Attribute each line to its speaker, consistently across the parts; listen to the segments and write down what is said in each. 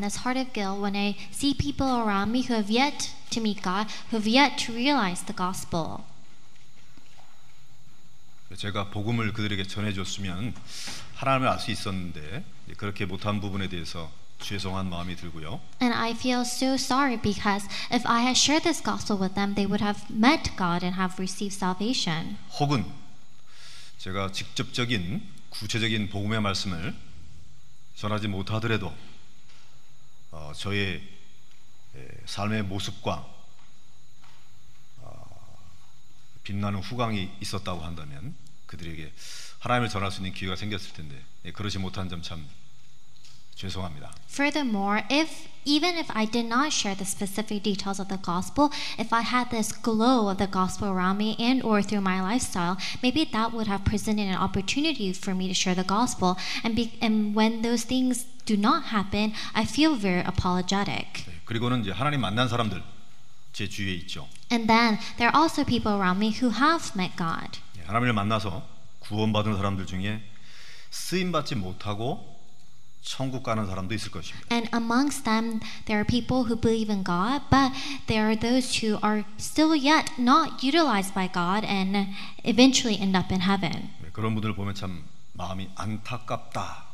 Speaker 1: this heart of guilt when I see people around me who have yet to meet God, who have yet to realize the gospel.
Speaker 2: 제가 복음을 그들에게 전해줬으면 하나님을 알 수 있었는데 그렇게 못한 부분에 대해서 죄송한 마음이 들고요.
Speaker 1: And I feel so sorry because if I had shared this gospel with them, they would have met God and have received salvation.
Speaker 2: 혹은 제가 직접적인 구체적인 복음의 말씀을 전하지 못하더라도 어, 저의 에, 삶의 모습과 어, 빛나는 후광이 있었다고 한다면 그들에게 하나님을 전할 수 있는 기회가 생겼을 텐데 예, 그러지 못한 점 참 죄송합니다.
Speaker 1: Furthermore, if even if I did not share the specific details of the gospel, if I had this glow of the gospel around me and or through my lifestyle, maybe that would have presented an opportunity for me to share the gospel. And be, and when those things do not happen, I feel very apologetic.
Speaker 2: 예, 그리고는 이제 하나님 만난 사람들 제 주위에 있죠.
Speaker 1: And then there are also people around me who have met God.
Speaker 2: 예, 하나님을 만나서 구원받은 사람들 중에 쓰임받지 못하고 천국 가는 사람도 있을 것입니다.
Speaker 1: And amongst them, there are people who believe in God, but there are those who are still yet not utilized by God and eventually end up in heaven.
Speaker 2: 네, 그런 분들을 보면 참 마음이 안타깝다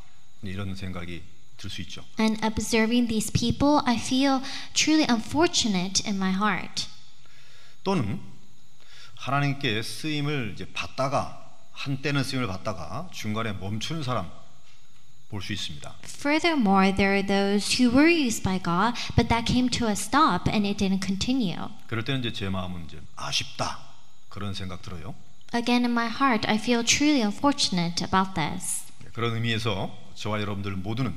Speaker 2: 네, 이런 생각이 들 수 있죠.
Speaker 1: And observing these people, I feel truly unfortunate in my heart.
Speaker 2: 또는 하나님께 쓰임을 이제 받다가 한때는 쓰임을 받다가 중간에 멈추는 사람 볼 수 있습니다.
Speaker 1: Furthermore, there are those who were used by God, but that came to a stop and it didn't continue.
Speaker 2: 그럴 때는 이제 제 마음은 이제 아쉽다 그런 생각 들어요.
Speaker 1: Again, in my heart, I feel truly unfortunate about this.
Speaker 2: 네, 그런 의미에서 저와 여러분들 모두는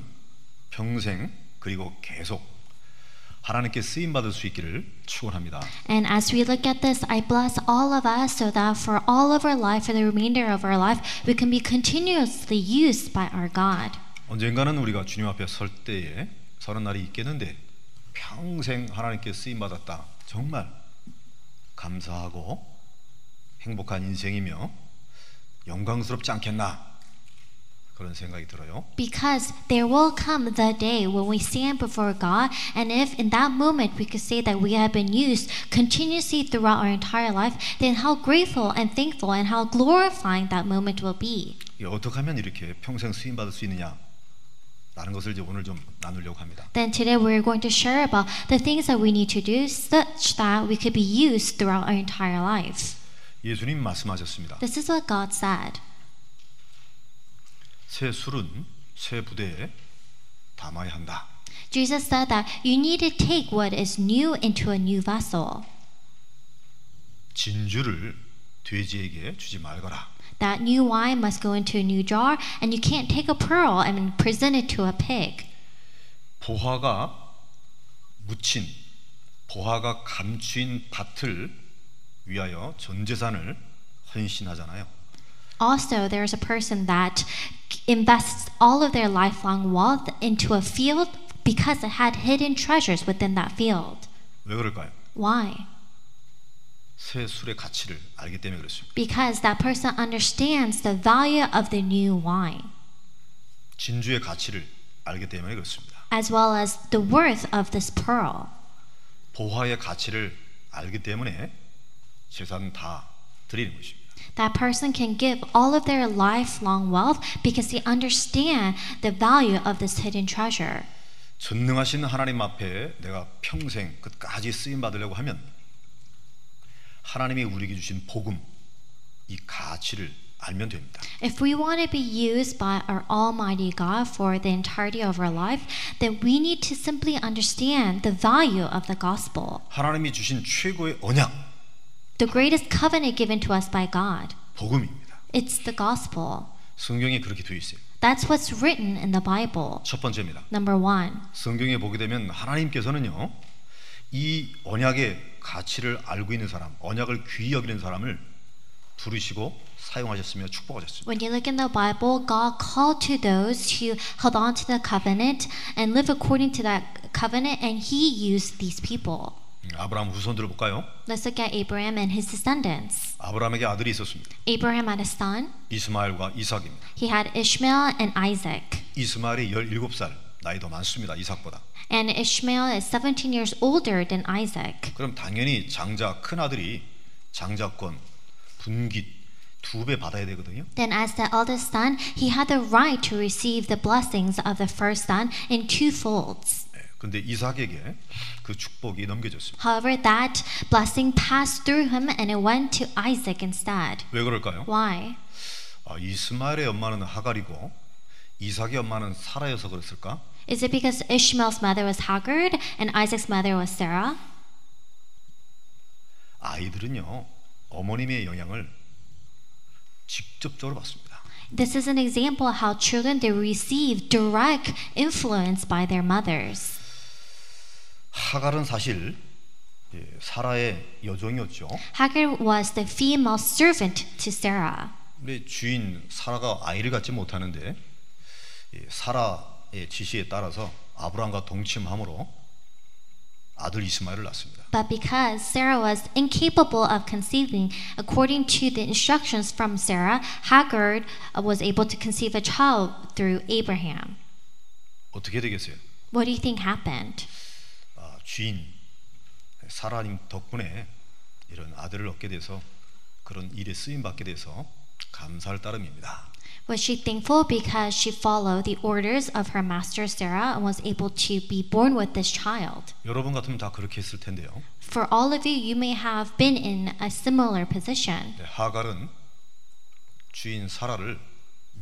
Speaker 2: 평생 그리고 계속 하나님께 쓰임 받을 수 있기를 축원합니다.
Speaker 1: And as we look at this, I bless all of us so that for all of our life, for the remainder of our life, we can be continuously used by our God.
Speaker 2: 언젠가는 우리가 주님 앞에 설 때에 서는 날이 있겠는데 평생 하나님께 쓰임 받았다. 정말 감사하고 행복한 인생이며 영광스럽지 않겠나 그런 생각이 들어요.
Speaker 1: Because there will come the day when we stand before God, and if in that moment we could say that we have been used continuously throughout our entire life, then how grateful and thankful and how glorifying that moment will be.
Speaker 2: 이게 어떻게 하면 이렇게 평생 쓰임 받을 수 있느냐? 라는 것을 이제 오늘 좀 나누려고 합니다.
Speaker 1: Then today we're going to share about the things that we need to do such that we could be used throughout our entire life.
Speaker 2: 예수님 말씀하셨습니다.
Speaker 1: This is what God said.
Speaker 2: 새 술은 새 부대에 담아야 한다.
Speaker 1: Jesus said that you need to take what is new into a new vessel,
Speaker 2: 진주를 돼지에게 주지 말거라.
Speaker 1: that new wine must go into a new jar, and you can't take a pearl and present it to a pig.
Speaker 2: 보화가 묻힌 보화가 감추인 밭을 위하여 전 재산을 헌신하잖아요.
Speaker 1: Also, there's a person that invests all of their lifelong wealth into a field because it had hidden treasures within that field.
Speaker 2: 왜 그럴까요?
Speaker 1: Why?
Speaker 2: 새 술의 가치를 알기 때문에 그렇습니다.
Speaker 1: Because that person understands the value of the new wine,
Speaker 2: 진주의 가치를 알기 때문에 그렇습니다.
Speaker 1: as well as the worth of this pearl.
Speaker 2: 보화의 가치를 알기 때문에 재산 다 드리는 것입니다.
Speaker 1: That person can give all of their lifelong wealth because they understand the value of this hidden treasure.
Speaker 2: 전능하신 하나님 앞에 내가 평생 끝까지 쓰임 받으려고 하면 하나님이 우리에게 주신 복음 이 가치를 알면 됩니다.
Speaker 1: If we want to be used by our Almighty God for the entirety of our life, then we need to simply understand the value of the gospel,
Speaker 2: 하나님이 주신 최고의 언약
Speaker 1: the greatest covenant given to us by God.
Speaker 2: 복음입니다.
Speaker 1: It's the gospel.
Speaker 2: 성경에 그렇게 되어 있어요.
Speaker 1: That's what's written in the Bible.
Speaker 2: 첫 번째입니다.
Speaker 1: Number one.
Speaker 2: 성경에 보게 되면 하나님께서는요 이 언약의 가치를 알고 있는 사람, 언약을 귀히 여기는 사람을 부르시고 사용하셨으며 축복하셨습니다.
Speaker 1: When you look in the Bible, God called to those who held on to the covenant and live according to that covenant, and He used these people.
Speaker 2: 음, 아브라함 후손들을 볼까요?
Speaker 1: Let's look at Abraham and his descendants.
Speaker 2: 아브라함에게 아들이 있었습니다.
Speaker 1: Abraham had a son,
Speaker 2: 이스마엘과 이삭입니다.
Speaker 1: he had Ishmael and Isaac.
Speaker 2: 이스마엘이 17살 나이 더 많습니다. 이삭보다.
Speaker 1: And Ishmael is 17 years older than Isaac.
Speaker 2: 그럼 당연히 장자 큰 아들이 장자권 분깃 두 배 받아야 되거든요.
Speaker 1: Then, as the eldest son, he had the right to receive the blessings of the first son in two folds.
Speaker 2: 예, 근데 이삭에게 그 축복이 넘겨졌습니다.
Speaker 1: However, that blessing passed through him and it went to Isaac instead.
Speaker 2: 왜 그럴까요?
Speaker 1: Why?
Speaker 2: 아, 이스마엘의 엄마는 하갈이고 이삭의 엄마는 사라여서 그랬을까?
Speaker 1: Is it because Ishmael's mother was Haggard and Isaac's mother was Sarah?
Speaker 2: 아이들은요 어머님의 영향을 직접적으로 받습니다.
Speaker 1: This is an example of how children they receive direct influence by their mothers.
Speaker 2: 하갈은 사실 예, 사라의 여종이었죠.
Speaker 1: Hagar was the female servant to Sarah.
Speaker 2: 근데 주인 사라가 아이를 갖지 못하는데 예, 사라의 지시에 따라서 아브라함과 동침함으로 아들 이스마엘을 낳습니다.
Speaker 1: But because Sarah was incapable of conceiving, according to the instructions from Sarah, Hagar was able to conceive a child through Abraham.
Speaker 2: 어떻게 되겠어요?
Speaker 1: What do you think happened?
Speaker 2: 아, 주인 사라님 덕분에 이런 아들을 얻게 돼서 그런 일에 쓰임 받게 돼서 감사할 따름입니다.
Speaker 1: Was she thankful because she followed the orders of her master Sarah and was able to be born with this child?
Speaker 2: 여러분 같으면 다 그렇게 했을 텐데요.
Speaker 1: For all of you, you may have been in a similar position.
Speaker 2: 네, 하갈은 주인 사라를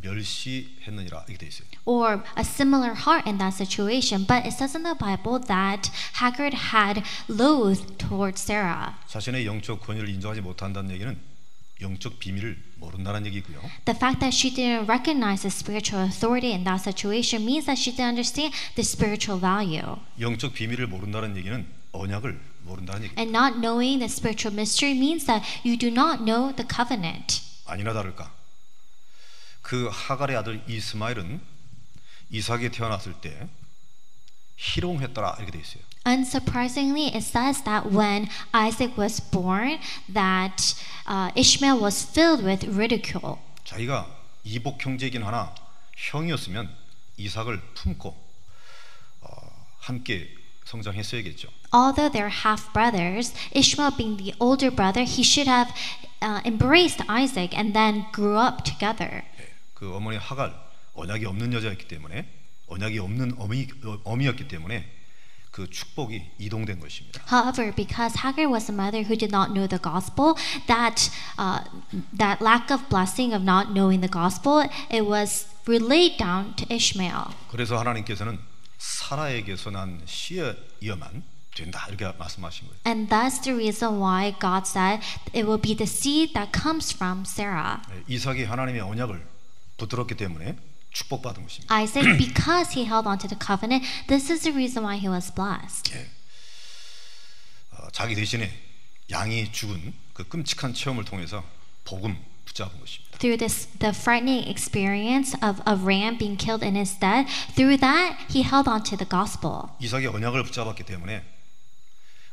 Speaker 2: 멸시했느니라 이렇게 돼 있어요.
Speaker 1: or a similar heart in that situation. But it says in the Bible that Haggard had loathed towards Sarah.
Speaker 2: 자신의 영적 권위를 인정하지 못한다는 얘기는 영적 비밀을 모른다는 얘기고요.
Speaker 1: The fact that she didn't recognize the spiritual authority in that situation means that she didn't understand the spiritual value.
Speaker 2: 영적 비밀을 모른다는 얘기는 언약을 모른다는 얘기.
Speaker 1: And not knowing the spiritual mystery means that you do not know the covenant.
Speaker 2: 아니나 다를까. 그 하갈의 아들 이스마엘은 이삭이 태어났을 때 희롱했더라 이렇게 돼 있어요.
Speaker 1: Unsurprisingly, it says that when Isaac was born, that uh, Ishmael was filled with ridicule.
Speaker 2: 자기가 이복 형제이긴 하나 형이었으면 이삭을 품고 어, 함께 성장했어야겠죠.
Speaker 1: although they're half brothers, Ishmael being the older brother, he should have uh, embraced Isaac and then grew up together.
Speaker 2: 예, 그 어머니 하갈 언약이 없는 여자였기 때문에 언약이 없는 어미, 어, 어미였기 때문에 그 축복이 이동된 것입니다.
Speaker 1: However, because Hagar was a mother who did not know the gospel, that uh, that lack of blessing of not knowing the gospel, it was relayed down to Ishmael.
Speaker 2: 그래서 하나님께서는 사라에게서 난 씨의 이어만 된다 이렇게 말씀하신 거예요.
Speaker 1: And that's the reason why God said it will be the seed that comes from Sarah.
Speaker 2: 예, 이삭이 하나님의 언약을 붙들었기 때문에 축복받은 것입니다.
Speaker 1: Isaac, because he held on to the covenant, this is the reason why he was blessed.
Speaker 2: 예. 어, 자기 대신에 양이 죽은 그 끔찍한 체험을 통해서 복음 붙잡은 것입니다.
Speaker 1: through this the frightening experience of a ram being killed in his stead through that he held on to the gospel
Speaker 2: 이삭의 언약을 붙잡았기 때문에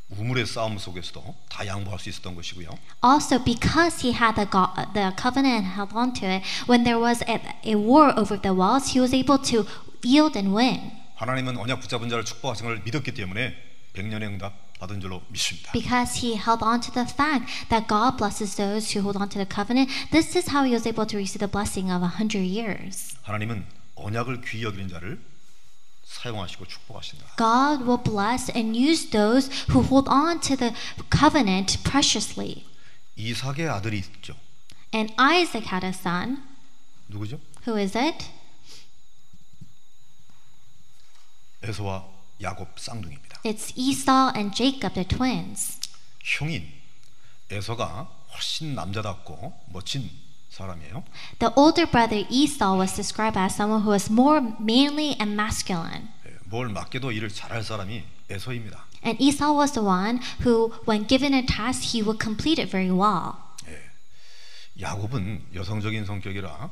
Speaker 2: 우물의 싸움 속에서도 다 양보할 수 있었던 것이고요.
Speaker 1: also because he had the, go- the covenant and held on to it when there was a, a war over the walls he was able to yield and win
Speaker 2: 하나님은 언약 붙잡은 자를 축복하신 걸 믿었기 때문에 백년의 응답 받은 줄로 믿습니다.
Speaker 1: because he held on to the fact that god blesses those who hold on to the covenant this is how he was able to receive the blessing of a hundred years
Speaker 2: 하나님은 언약을 귀히 여기는 자를 사용하시고 축복하신다.
Speaker 1: god will bless and use those who hold on to the covenant preciously
Speaker 2: 이삭의 아들이 있죠.
Speaker 1: And Isaac had a son.
Speaker 2: 누구죠?
Speaker 1: Who is it?
Speaker 2: 에서와 야곱 쌍둥이입니다.
Speaker 1: It's Esau and Jacob, the twins.
Speaker 2: 형인 에서가 훨씬 남자답고 멋진 사람이에요.
Speaker 1: The older brother Esau was described as someone who was more manly and masculine.
Speaker 2: 예, 뭘 맡겨도 일을 잘할 사람이 에서입니다.
Speaker 1: And Esau was the one who, when given a task, he would complete it very well.
Speaker 2: 야곱은 여성적인 성격이라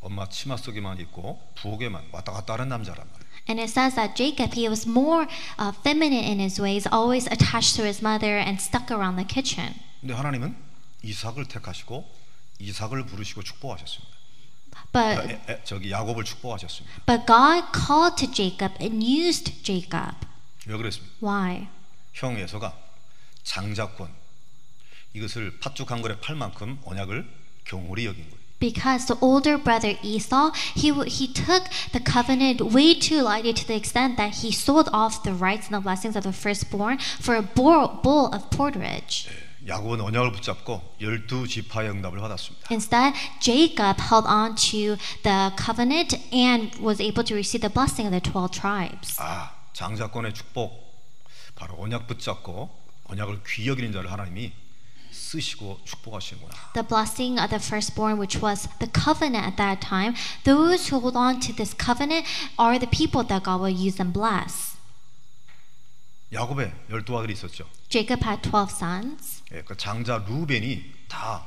Speaker 2: 엄마 치마 속에만 있고 부엌에만 왔다 갔다 하는 남자란 말이에요.
Speaker 1: And it says that Jacob, he was more uh, feminine in his ways, always attached to his mother and stuck around the kitchen.
Speaker 2: 근데 하나님은 이삭을 택하시고 이삭을 부르시고 축복하셨습니다.
Speaker 1: But
Speaker 2: 에, 에, 저기 야곱을 축복하셨습니다.
Speaker 1: But God called to Jacob and used Jacob.
Speaker 2: 왜 그랬습니까?
Speaker 1: Why?
Speaker 2: 형 에서가 장자권 이것을 팥죽 한 그릇 팔 만큼 언약을 경홀히 여긴 거예요.
Speaker 1: Because the older brother Esau, he w- he took the covenant way too lightly to the extent that he sold off the rights and the blessings of the firstborn for a bowl, bowl of porridge.
Speaker 2: 야곱은 언약을 붙잡고 열두 지파의 응답을 받았습니다.
Speaker 1: Instead, Jacob held on to the covenant and was able to receive the blessing of the 12 tribes.
Speaker 2: 아, 장자권의 축복 바로 언약 붙잡고 언약을 귀히 여기는 자를 하나님이 쓰시고 축복하시는구나.
Speaker 1: The blessing of the firstborn, which was the covenant at that time, those who hold on to this covenant are the people that God will use and bless.
Speaker 2: 야곱의 열두 아들이 있었죠.
Speaker 1: Jacob had 12 sons.
Speaker 2: 예, 그 장자 루벤이 다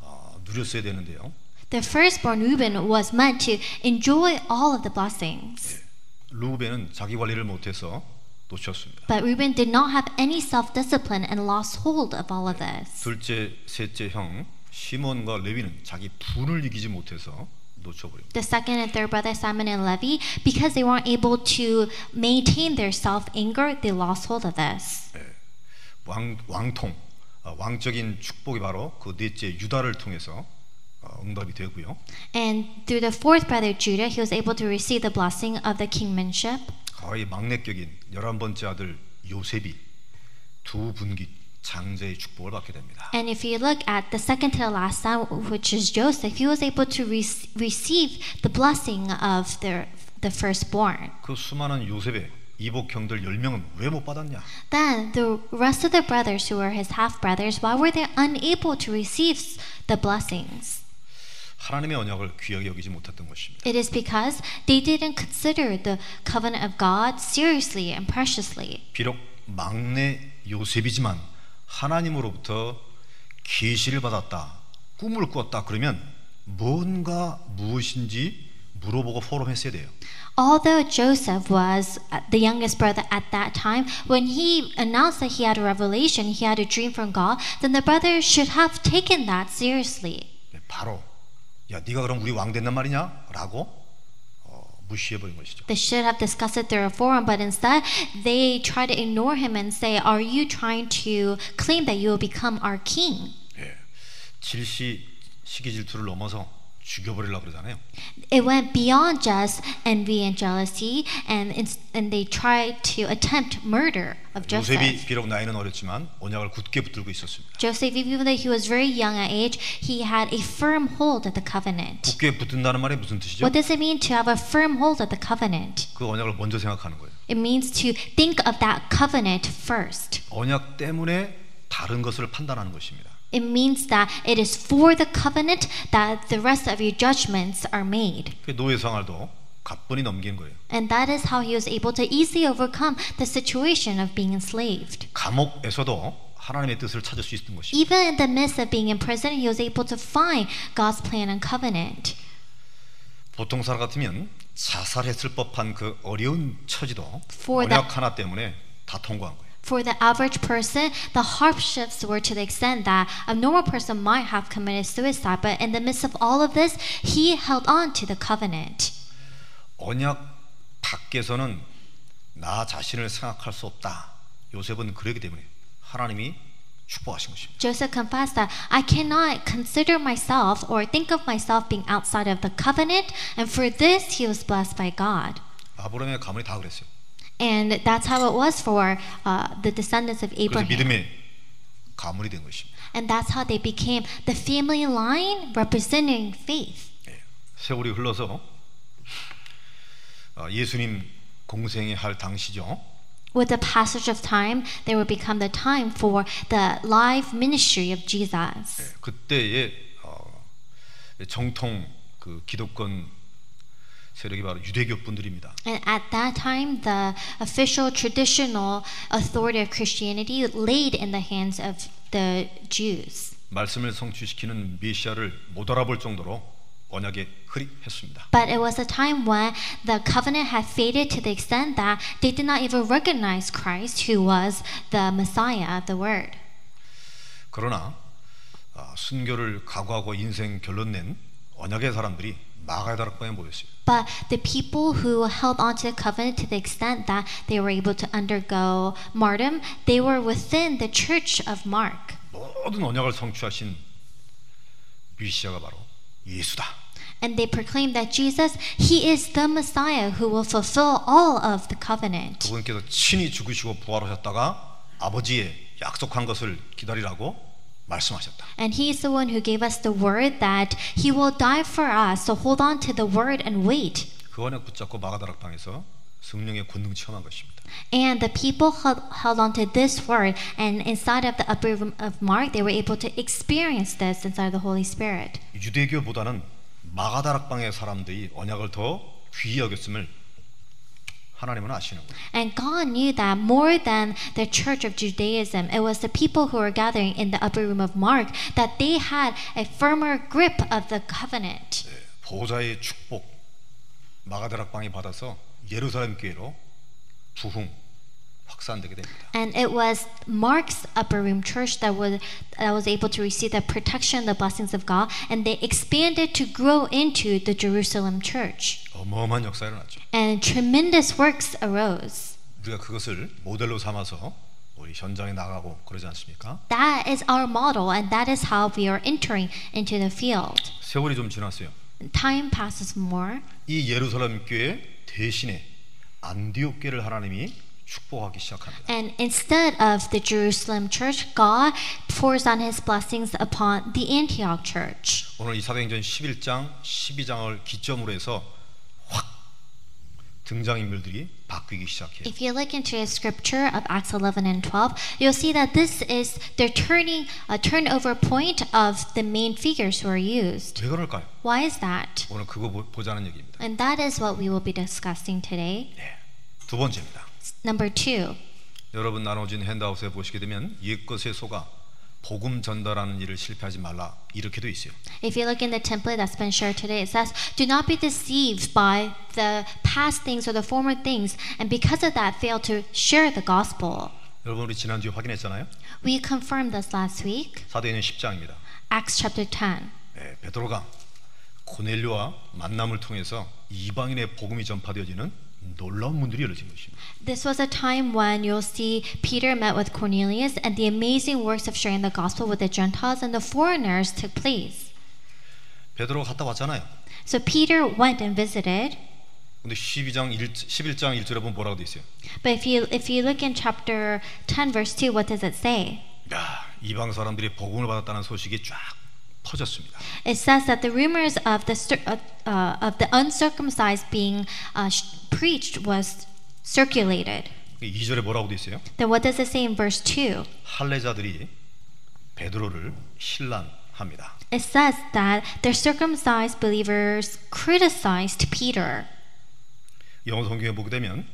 Speaker 2: 어, 누렸어야 되는데요.
Speaker 1: The firstborn Reuben was meant to enjoy all of the blessings.
Speaker 2: 루벤은 자기 관리를 못해서 놓쳤습니다.
Speaker 1: But Reuben did not have any self discipline and lost hold of all of this.
Speaker 2: 둘째, 셋째 형 시몬과 레위는 자기 분을 이기지 못해서 놓쳐버립니다.
Speaker 1: The second and third brother, Simon and Levi, because they weren't able to maintain their self anger, they lost hold of this.
Speaker 2: 왕, 왕통, 어, 왕적인 축복이 바로 그 넷째 유다를 통해서 어, 응답이 되고요.
Speaker 1: And through the fourth brother, Judah, he was able to receive the blessing of the kingmanship.
Speaker 2: 거의 막내격인 11번째 아들 요셉이 두 분기 장자의 축복을 받게 됩니다.
Speaker 1: And if you look at the second to the last son, which is Joseph, he was able to re- receive the blessing of their, the firstborn.
Speaker 2: 그 수많은 요셉의 이복형들 10명은 왜 못 받았냐?
Speaker 1: Then the rest of the brothers who were his half brothers, why were they unable to receive s- the blessings?
Speaker 2: 하나님의 언약을 귀하게 여기지 못했던 것입니다.
Speaker 1: It is because they didn't consider the covenant of God seriously and preciously.
Speaker 2: 비록 막내 요셉이지만 하나님으로부터 계시를 받았다, 꿈을 꾸었다 그러면 뭔가 무엇인지 물어보고 포럼했어야 돼요.
Speaker 1: Although Joseph was uh, the youngest brother at that time, when he announced that he had a revelation, he had a dream from God, then the brothers should have taken that seriously.
Speaker 2: 네, 바로 야 네가 그럼 우리 왕 된단 말이냐?라고 어, 무시해버린 것이죠.
Speaker 1: They should have discussed it through a forum, but instead they try to ignore him and say, Are you trying to claim that you will become our king?
Speaker 2: 예. 질시 시기 질투를 넘어서 죽여버리려고 그러잖아요.
Speaker 1: It went beyond just envy and jealousy, and, it's, and they tried to attempt murder of Joseph.
Speaker 2: 요셉이 비록 나이는 어렸지만 언약을 굳게 붙들고 있었습니다.
Speaker 1: Joseph, even though he was very young at age, he had a firm hold of the covenant.
Speaker 2: 굳게 붙든다는 말이 무슨 뜻이죠?
Speaker 1: What does it mean to have a firm hold of the covenant?
Speaker 2: 그 언약을 먼저 생각하는 거예요.
Speaker 1: It means to think of that covenant first.
Speaker 2: 언약 때문에 다른 것을 판단하는 것입니다.
Speaker 1: It means that it is for the covenant that the rest of your judgments are made.
Speaker 2: 그 노예 생활도 가뿐히 넘긴 거예요.
Speaker 1: And that is how he was able to easily overcome the situation of being enslaved.
Speaker 2: 감옥에서도 하나님의 뜻을 찾을 수 있던 것입니다.
Speaker 1: Even in the midst of being in prison, he was able to find God's plan and covenant.
Speaker 2: 보통 사람 같으면 자살했을 법한 그 어려운 처지도
Speaker 1: For that-
Speaker 2: 언약 하나 때문에 다 통과한 거예요.
Speaker 1: For the average person, the hardships were to the extent that a normal person might have committed suicide, but in the midst of all of this, he held on to the covenant.
Speaker 2: 언약 밖에서는 나 자신을 생각할 수 없다. 요셉은 그러기 때문에 하나님이 축복하신 것입니다.
Speaker 1: Joseph confessed that I cannot consider myself or think of myself being outside of the covenant, and for this he was blessed by God.
Speaker 2: 아브라함의 가문이 다 그랬어요.
Speaker 1: And that's how it was for uh, the descendants of
Speaker 2: 그래서
Speaker 1: Abraham.
Speaker 2: 믿음의 가문이 된 것입니다.
Speaker 1: And that's how they became the family line representing faith.
Speaker 2: 예. 세월이 흘러서 어, 예수님 공생에 할 당시죠.
Speaker 1: With the passage of time, they will become the time for the live ministry of Jesus.
Speaker 2: 예, 그때의 어, 정통 그 기독권 세력이 바로 유대교 분들입니다.
Speaker 1: And at that time, the official traditional authority of Christianity laid in the hands of the Jews.
Speaker 2: 말씀을 성취시키는 메시아를 못 알아볼 정도로 언약에 흐릿했습니다.
Speaker 1: But it was a time when the covenant had faded to the extent that they did not even recognize Christ, who was the Messiah of the Word.
Speaker 2: 그러나 아, 순교를 각오하고 인생 결론 낸 언약의 사람들이 마가다락방에 모였어요.
Speaker 1: But the people who held on to the covenant to the extent that they were able to undergo martyrdom, they were within the church of Mark.
Speaker 2: 모든 언약을 성취하신 미시아가 바로 예수다.
Speaker 1: And they proclaimed that Jesus, he is the Messiah who will fulfill all of the covenant.
Speaker 2: 그분께서 친히 죽으시고 부활하셨다가 아버지의 약속한 것을 기다리라고 말씀하셨다.
Speaker 1: And he is the one who gave us the word that he will die for us. So hold on to the word and wait.
Speaker 2: 그 언약 붙잡고 마가다락방에서 성령의 권능 체험한 것입니다.
Speaker 1: And the people held, held on to this word. And inside of the upper room of Mark, they were able to experience this inside of the Holy Spirit.
Speaker 2: 유대교보다는 마가다락방의 사람들이 언약을 더 귀히 여겼음을 하나님은 아시는 거예요.
Speaker 1: And God knew that more than the church of Judaism, it was the people who were gathering in the upper room of Mark that they had a firmer grip of the covenant.
Speaker 2: 예, 보호자의 축복 마가다락방이 받아서 예루살렘 교회로 부흥 확산되게 됩니다.
Speaker 1: And it was Mark's upper room church that was that was able to receive the protection, the blessings of God, and they expanded to grow into the Jerusalem church.
Speaker 2: 어마어마한 역사가 일어났죠.
Speaker 1: And tremendous works arose.
Speaker 2: 우리가 그것을 모델로 삼아서 우리 현장에 나가고 그러지 않습니까?
Speaker 1: That is our model, and that is how we are entering into the field.
Speaker 2: 세월이 좀 지났어요.
Speaker 1: Time passes more,
Speaker 2: 이 예루살렘 교회 대신에 안디옥 교회를 하나님이 축복하기 시작합니다.
Speaker 1: and instead of the Jerusalem church, God pours on His blessings upon the Antioch church.
Speaker 2: 오늘 이 사도행전 11장, 12장을 기점으로 해서 확 등장인물들이 바뀌기 시작해요.
Speaker 1: If you look into the scripture of Acts 11 and 12, you'll see that this is the turning, a turnover point of the main figures who are used.
Speaker 2: 왜 그럴까요?
Speaker 1: Why is that?
Speaker 2: 오늘 그거 보- 보자는 얘기입니다.
Speaker 1: And that is what we will be discussing today.
Speaker 2: 네. 두 번째입니다.
Speaker 1: Number two,
Speaker 2: 여러분 나눠진 핸드아웃에 보시게 되면 옛것의 소가 복음 전달하는 일을 실패하지 말라 이렇게 돼 있어요.
Speaker 1: if you look in the template that's been shared today, it says, Do not be deceived by the past things or the former things, and because of that, fail to share the gospel.
Speaker 2: 여러분 우리 지난주에 확인했잖아요.
Speaker 1: We confirmed this last week,
Speaker 2: 사도행전 10장입니다.
Speaker 1: Acts chapter 10.
Speaker 2: 네, 베드로가 고넬료와 만남을 통해서 이방인의 복음이 전파되어지는 놀라운 문들이 열려진 것입니다.
Speaker 1: This was a time when you'll see Peter met with Cornelius, and the amazing works of sharing the gospel with the Gentiles and the foreigners took place.
Speaker 2: 베드로가 갔다 왔잖아요.
Speaker 1: So Peter went and visited.
Speaker 2: 근데 12장 1, 11장 1절에 보면 뭐라고 돼 있어요?
Speaker 1: But if you if you look in chapter 10 verse 2, what does it say?
Speaker 2: 야, 이방 사람들이 복음을 받았다는 소식이 쫙 퍼졌습니다.
Speaker 1: It says that the rumors of the cir- of, uh, of the uncircumcised being uh, sh- preached was circulated.
Speaker 2: 2절에 뭐라고 돼 있어요?
Speaker 1: Then what does it say in verse 2?
Speaker 2: 할례자들이 베드로를 신란합니다.
Speaker 1: It says that the circumcised believers criticized Peter.
Speaker 2: 영어 성경에 보게 되면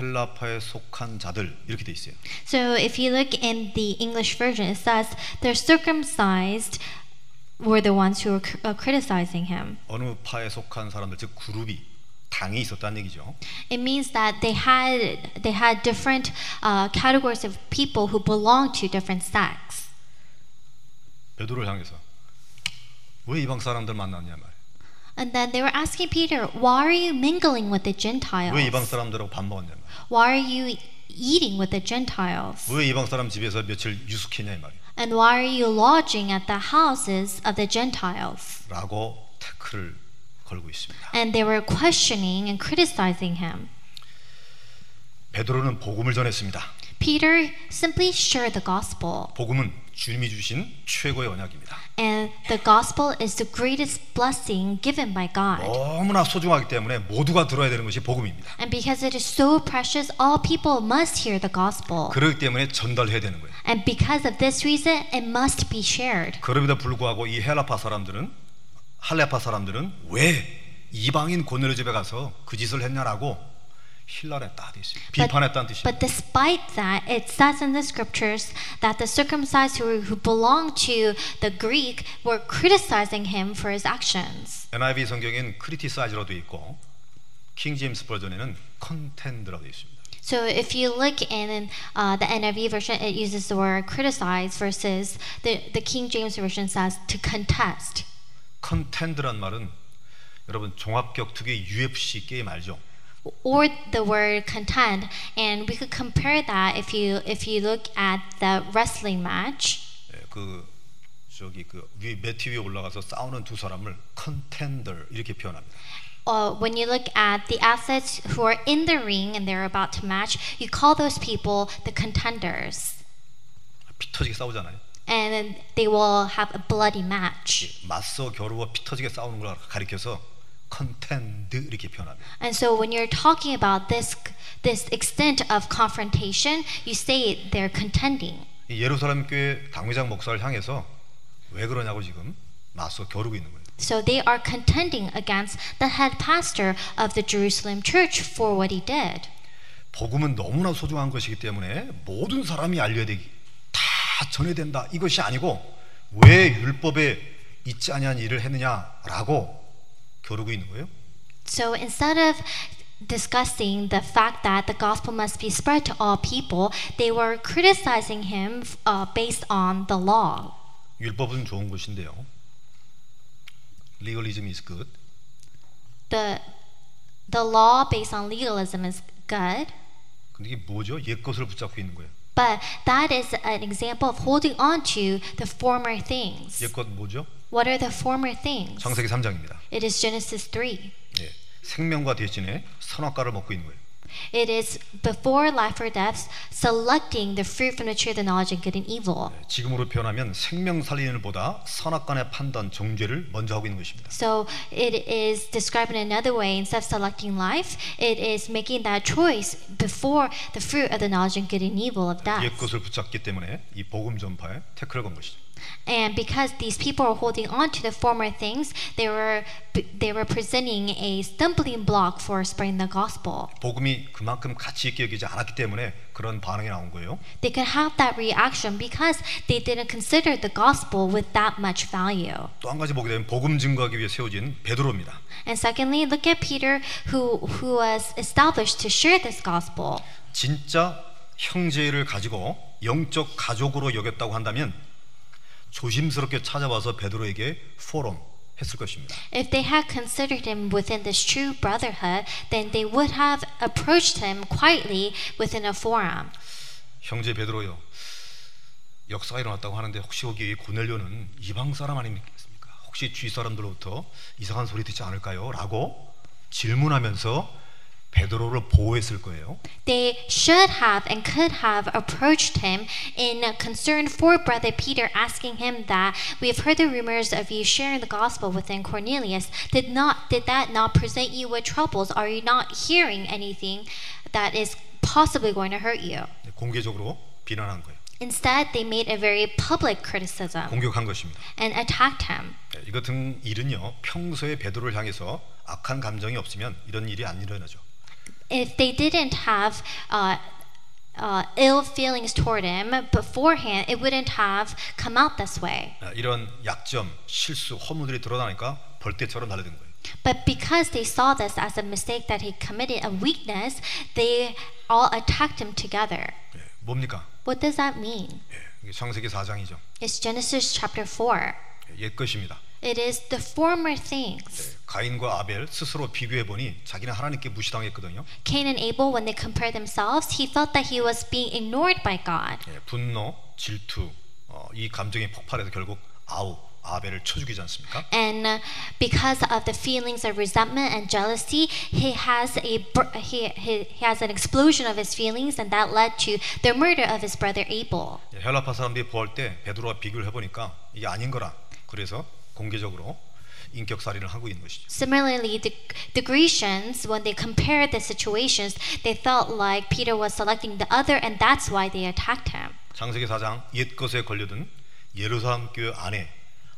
Speaker 2: 헬라파에 속한 자들 이렇게 돼 있어요.
Speaker 1: So if you look in the English version, it says the circumcised were the ones who were cr- uh, criticizing him.
Speaker 2: 어느 파에 속한 사람들 즉 그룹이 당이 있었다는 얘기죠.
Speaker 1: It means that they had they had different uh, categories of people who belonged to different sects.
Speaker 2: 베드로를 향해서 왜 이방 사람들 만났냐 말이에요.
Speaker 1: And then they were asking Peter, "Why are you mingling with the
Speaker 2: 왜 이방
Speaker 1: Gentiles?
Speaker 2: 사람들하고 밥 먹었냐 말이에요.
Speaker 1: Why are you eating with the Gentiles?
Speaker 2: 왜 이방 사람 집에서 며칠 유숙했냐 이 말이에요.
Speaker 1: And why are you lodging at the houses of the Gentiles?"
Speaker 2: 라고 태클을 걸고 있습니다.
Speaker 1: And they were questioning and criticizing him.
Speaker 2: 베드로는 복음을 전했습니다.
Speaker 1: Peter simply shared the gospel,
Speaker 2: 복음은 주님이 주신 최고의 언약입니다.
Speaker 1: and the gospel is the greatest blessing given by God.
Speaker 2: 너무나 소중하기 때문에 모두가 들어야 되는 것이 복음입니다.
Speaker 1: And because it is so precious, all people must hear the gospel.
Speaker 2: 그렇기 때문에 전달해야 되는 거예요.
Speaker 1: And because of this reason, it must be shared.
Speaker 2: 그럼에도 불구하고 이 헬라파 사람들은 할레파 사람들은 왜 이방인 고넬료 집에 가서 그 짓을 했냐라고 힐난했다 뜻이요 비판했다는 뜻이에요.
Speaker 1: But despite that, it says in the scriptures that the circumcised who, who belonged to the Greek were criticizing him for his actions.
Speaker 2: NIV 성경엔 크리티사이즈로 되어 있고 킹 제임스 버전에는 컨텐드라고 되어 있습니다.
Speaker 1: So if you look in uh, the NIV version, it uses the word criticize versus the, the King James version says to contest.
Speaker 2: 컨텐드란 말은 여러분 종합격투기 UFC 게임 알죠?
Speaker 1: or the word contend and we could compare that if you if you look at the wrestling match
Speaker 2: 예, 그 저기 그 위에 매트 위에 올라가서 싸우는 두 사람을 컨텐더 이렇게 표현합니다.
Speaker 1: or when you look at the athletes who are in the ring and they're about to match you call those people the contenders
Speaker 2: 피터지게 싸우잖아요.
Speaker 1: and then they will have a bloody match
Speaker 2: 맞서 겨루어 피터지게 싸우는 걸 가리켜서 컨텐드 이렇게 표현합니다.
Speaker 1: and so when you're talking about this this extent of confrontation you say they're contending
Speaker 2: 이 예루살렘 교회 당회장 목사를 향해서 왜 그러냐고 지금 맞서 겨루고 있는 거예요.
Speaker 1: so they are contending against the head pastor of the Jerusalem church for what he did
Speaker 2: 복음은 너무나 소중한 것이기 때문에 모든 사람이 알려야 되기 다 전해야 된다 이것이 아니고 왜 율법에 있지 아니한 일을 했느냐라고 겨루고 있는 거예요.
Speaker 1: So instead of discussing the fact that the gospel must be spread to all people, they were criticizing him uh, based on the law.
Speaker 2: 율법은 좋은 것인데요. legalism is good.
Speaker 1: The, the law based on legalism is good,
Speaker 2: 근데 이게 뭐죠? 옛 것을 붙잡고 있는 거예요.
Speaker 1: but that is an example of holding on to the former things.
Speaker 2: 옛것 뭐죠?
Speaker 1: What are the former things?
Speaker 2: 창세기 3장입니다.
Speaker 1: It is Genesis 3.
Speaker 2: 예. 생명과 대신에 선악과를 먹고 있는 거예요.
Speaker 1: It is before life or death, selecting the fruit from the tree of the knowledge of good and evil.
Speaker 2: 예, 지금으로 표현하면 생명 살리는 보다 선악간의 판단, 정죄를 먼저 하고 있는 것입니다.
Speaker 1: So it is described in another way. Instead of selecting life, it is making that choice before the fruit of the knowledge of good and evil of death.
Speaker 2: 옛 것을 붙잡기 때문에 이 복음 전파에 태클을 건 것이죠.
Speaker 1: And because these people are holding on to the former things, they were they were presenting a stumbling block for spreading the gospel.
Speaker 2: 복음이 그만큼 가치 있게 여기지 않았기 때문에 그런 반응이 나온 거예요.
Speaker 1: They could have that reaction because they didn't consider the gospel with that much value.
Speaker 2: 또 한 가지 보게 되면 복음 증거하기 위해 세워진 베드로입니다.
Speaker 1: And secondly, look at Peter, who who was established to share this gospel.
Speaker 2: 진짜 형제를 가지고 영적 가족으로 여겼다고 한다면 조심스럽게 찾아와서 베드로에게 포럼 했을 것입니다.
Speaker 1: If they had considered him within this true brotherhood, then they would have approached him quietly within a forum.
Speaker 2: 형제 베드로요. 역사가 일어났다고 하는데 혹시 여기 고넬료는 이방 사람 아닙니까? 혹시 주위 사람들로부터 이상한 소리 듣지 않을까요? 라고 질문하면서 베드로를 보호했을 거예요.
Speaker 1: They should have and could have approached him in concern for brother Peter, asking him that we have heard the rumors of you sharing the gospel within Cornelius. Did not did that not present you with troubles? Are you not hearing anything that is possibly going to hurt you?
Speaker 2: 네, 공개적으로 비난한 거예요.
Speaker 1: Instead, they made a very public criticism
Speaker 2: 공격한 것입니다.
Speaker 1: and attacked him.
Speaker 2: 네, 이 같은 일은요 평소에 베드로를 향해서 악한 감정이 없으면 이런 일이 안 일어나죠.
Speaker 1: if they didn't have uh, uh, ill feelings toward him beforehand, it wouldn't have come out this way.
Speaker 2: 아, 이런 약점, 실수, 허물들이 드러나니까 벌떼처럼 달려든 거예요.
Speaker 1: But because they saw this as a mistake that he committed, a weakness, they all attacked him together.
Speaker 2: 예, 뭡니까?
Speaker 1: What does that mean?
Speaker 2: 예, 이게 창세기 4장이죠. 네,
Speaker 1: It's Genesis chapter 4.
Speaker 2: 옛 것입니다.
Speaker 1: It is the former things.
Speaker 2: 가인과 아벨 스스로 비교해 보니 자기는 하나님께 무시당했거든요.
Speaker 1: Cain and Abel, when they compared themselves, he felt that he was being ignored by God.
Speaker 2: 예, 분노, 질투, 어, 이 감정이 폭발해서 결국 아우 아벨을 쳐 죽이지 않습니까?
Speaker 1: and uh, because of the feelings of resentment and jealousy he has a bur- he, he, he has an explosion of his feelings and that led to the murder of his brother abel
Speaker 2: 예, 헬라파 사람들이 보할 때 베드로와 비교를 해보니까 이게 아닌 거라. 그래서 공개적으로 인격 살인을 하고 있는 것이죠.
Speaker 1: similarly the, the grecians when they compared the situations they felt like peter was selecting the other and that's why they attacked him
Speaker 2: 장세기 4장 옛 것에 걸려든 예루살렘 교회 안에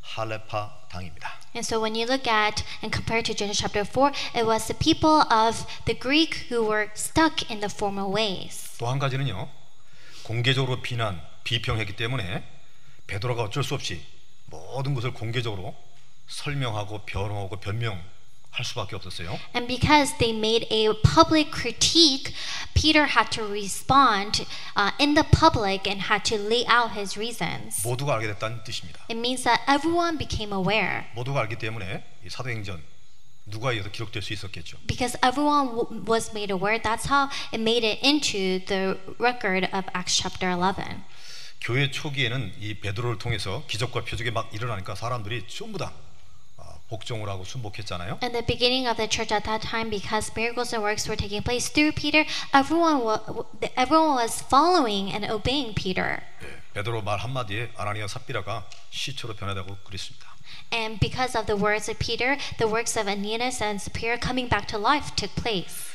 Speaker 2: 할레파 당입니다.
Speaker 1: and so when you look at and compare to genesis chapter 4 it was the people of the greek who were stuck in the former ways
Speaker 2: 또 한 가지는요. 공개적으로 비난, 비평했기 때문에 베드로가 어쩔 수 없이 모든 것을 공개적으로 설명하고 변호하고 변명할 수밖에 없었어요.
Speaker 1: And because they made a public critique, Peter had to respond uh, in the public and had to lay out his reasons.
Speaker 2: 모두가 알게 됐다는 뜻입니다.
Speaker 1: It means that everyone became aware.
Speaker 2: 모두가 알기 때문에 이 사도행전 누가 이어서 기록될 수 있었겠죠.
Speaker 1: Because everyone w- was made aware, that's how it made it into the record of Acts chapter 11.
Speaker 2: 교회 초기에는 이 베드로를 통해서 기적과 표적이 막 일어나니까 사람들이 전부 다 아, 복종을 하고 순복했잖아요.
Speaker 1: In the beginning of the church at that time, because miracles and works were taking place through Peter, everyone, wa- everyone was following and obeying Peter.
Speaker 2: 예, 베드로 말 한마디에 아나니아 삽비라가 시초로 변하다고 그랬습니다.
Speaker 1: And because of the words of Peter, the works of Ananias and Sapphira coming back to life took place.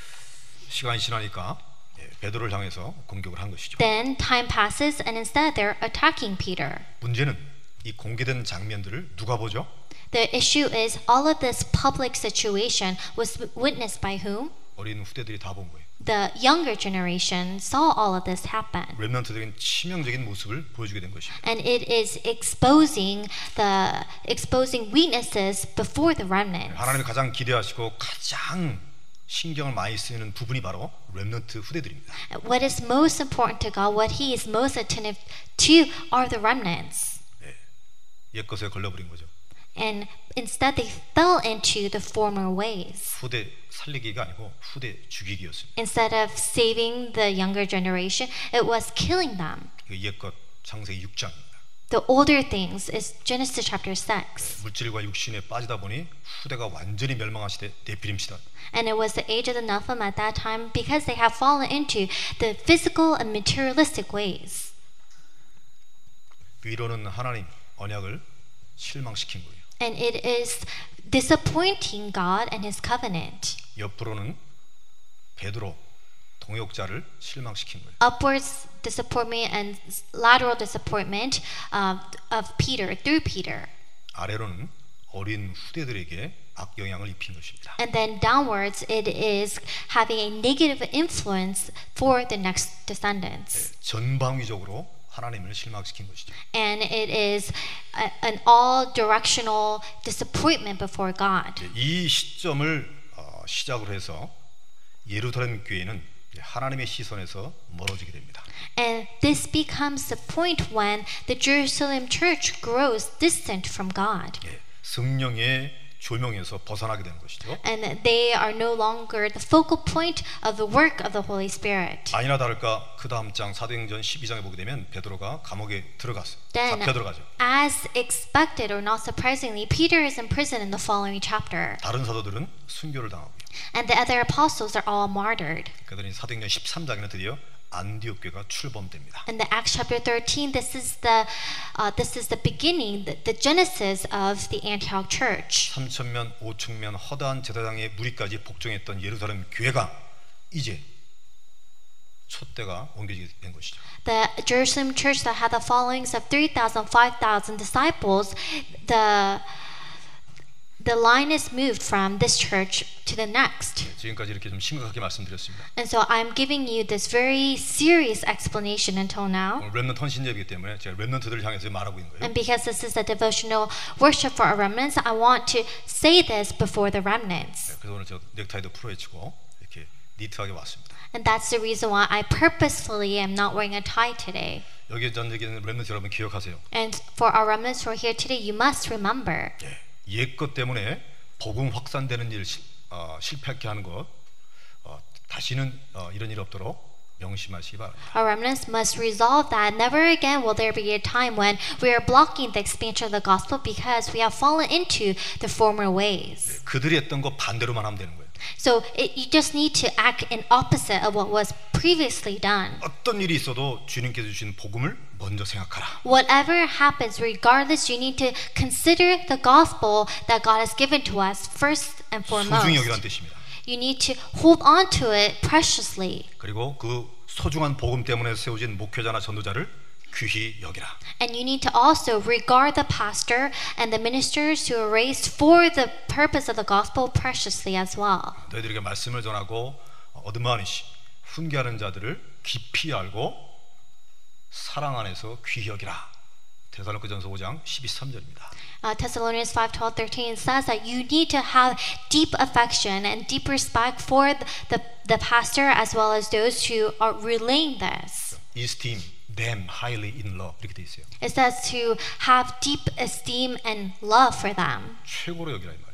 Speaker 2: 시간이 지나니까 예, 베드로를 향해서 공격을 한 것이죠.
Speaker 1: Then time passes, and instead they're attacking Peter.
Speaker 2: 문제는 이 공개된 장면들을 누가 보죠?
Speaker 1: The issue is all of this public situation was witnessed by whom?
Speaker 2: 어린 후대들이 다 본 거예요.
Speaker 1: The younger generation saw all of this happen.
Speaker 2: 렘넌트적인 치명적인 모습을 보여주게 된 것이죠.
Speaker 1: And it is exposing the exposing weaknesses before the remnants.
Speaker 2: 하나님이 가장 기대하시고 가장 신경을 많이 쓰는 부분이 바로 렘넌트 후대들입니다.
Speaker 1: What is most important to God, what He is most attentive to, are the remnants.
Speaker 2: 옛 것에 걸려버린 거죠.
Speaker 1: And instead, they fell into the former ways.
Speaker 2: 후대 살리기가 아니고 후대 죽이기였습니다.
Speaker 1: Instead of saving the younger generation, it was killing them.
Speaker 2: 그 옛것 창세기 6장입니다.
Speaker 1: The older things is Genesis chapter 6.
Speaker 2: 물질과 육신에 빠지다 보니 후대가 완전히 멸망하시되 내피림시다.
Speaker 1: And it was the age of the Nephilim at that time because they have fallen into the physical and materialistic ways.
Speaker 2: 위로는 하나님 언약을 실망시킨 거예요.
Speaker 1: And it is disappointing God and His covenant.
Speaker 2: 옆으로는 베드로 동역자를 실망시킨 거예요.
Speaker 1: Upwards disappointment and lateral disappointment uh, of Peter through Peter.
Speaker 2: 아래로는 어린 후대들에게 악영향을 입힌 것입니다.
Speaker 1: And then downwards, it is having a negative influence for the next descendants.
Speaker 2: 전방위적으로 하나님을 실망시킨 것이죠.
Speaker 1: And it is a, an all directional disappointment before God.
Speaker 2: 이제 이 시점을 어, 시작으로 해서 예루살렘 교회는 이제 하나님의 시선에서 멀어지게 됩니다.
Speaker 1: And this becomes the point when the Jerusalem church grows distant from God.
Speaker 2: 예, 성령의 조명에서 벗어나게 되는 것이죠.
Speaker 1: And they are no longer the focal point of the work of the Holy Spirit.
Speaker 2: 아니나 다를까 그 다음 장 사도행전 12장에 보게 되면 베드로가 감옥에 들어갔어요.
Speaker 1: Then,
Speaker 2: 잡혀 들어가죠.
Speaker 1: as expected or not surprisingly, Peter is in prison in the following chapter.
Speaker 2: 다른 사도들은 순교를 당하고요.
Speaker 1: And the other apostles are all martyred.
Speaker 2: 그러더니 사도행전 13장에는 드디어 안디옥 교회가 출범됩니다.
Speaker 1: In the Acts chapter 13, this is the uh, this is the beginning, the, the genesis of the Antioch church.
Speaker 2: 3천면, 5천면 허다한 제사장의 무리까지 복종했던 예루살렘 교회가 이제 촛대가 옮겨지게 된 것이죠.
Speaker 1: The Jerusalem church that had the followings of 3,000, 5,000 disciples, the the line is moved from this church to the next.
Speaker 2: 지금까지 이렇게 좀 심각하게 말씀드렸습니다.
Speaker 1: And so I'm giving you this very serious explanation until now.
Speaker 2: 오늘 랩넌트 헌신제이기 때문에 제가 랩넌트들을 향해서 말하고 있는 거예요.
Speaker 1: And because this is a devotional worship for our remnants, I want to say this before the remnants.
Speaker 2: 그래서 오늘 제가 넥타이도 풀어헤치고 이렇게 니트하게 왔습니다.
Speaker 1: And that's the reason why I purposefully am not wearing a tie today.
Speaker 2: 여기 전얘기는 랩넌트 여러분 기억하세요.
Speaker 1: And for our remnants who are here today, you must remember
Speaker 2: 예. 옛것 때문에 복음 확산되는 일 실- 어, 실패하게 하는 것 어, 다시는 어, 이런 일 없도록 명심하시기 바랍니다.
Speaker 1: our remnants must resolve that never again will there be a time when we are blocking the expansion of the gospel because we have fallen into the former ways.
Speaker 2: 그들이 했던 거 반대로만 하면 되는 거예요.
Speaker 1: So it, you just need to act in opposite of what was previously done.
Speaker 2: 어떤 일이 있어도 주님께서 주신 복음을 먼저 생각하라.
Speaker 1: Whatever happens, regardless, you need to consider the gospel that God has given to us first and
Speaker 2: 소중히
Speaker 1: foremost.
Speaker 2: 여기란 뜻입니다.
Speaker 1: You need to hold on to it preciously.
Speaker 2: 그리고 그 소중한 복음 때문에 세워진 목회자나 전도자를 귀히 여기라.
Speaker 1: And you need to also regard the pastor and the ministers who are raised for the purpose of the gospel preciously as well.
Speaker 2: 너희들에게 말씀을 전하고 어드마니시 훈계하는 자들을 깊이 알고 사랑 안에서 귀히 여기라. 대살로교전서 5장 12절입니다.
Speaker 1: Uh, Thessalonians 5 12 13 says that you need to have deep affection and deep respect for the, the, the pastor as well as those who are relaying this.
Speaker 2: Esteem them highly in love 이렇게 돼 있어요.
Speaker 1: It says to have deep esteem and love for them.
Speaker 2: 최고로 여기라 이 말이에요.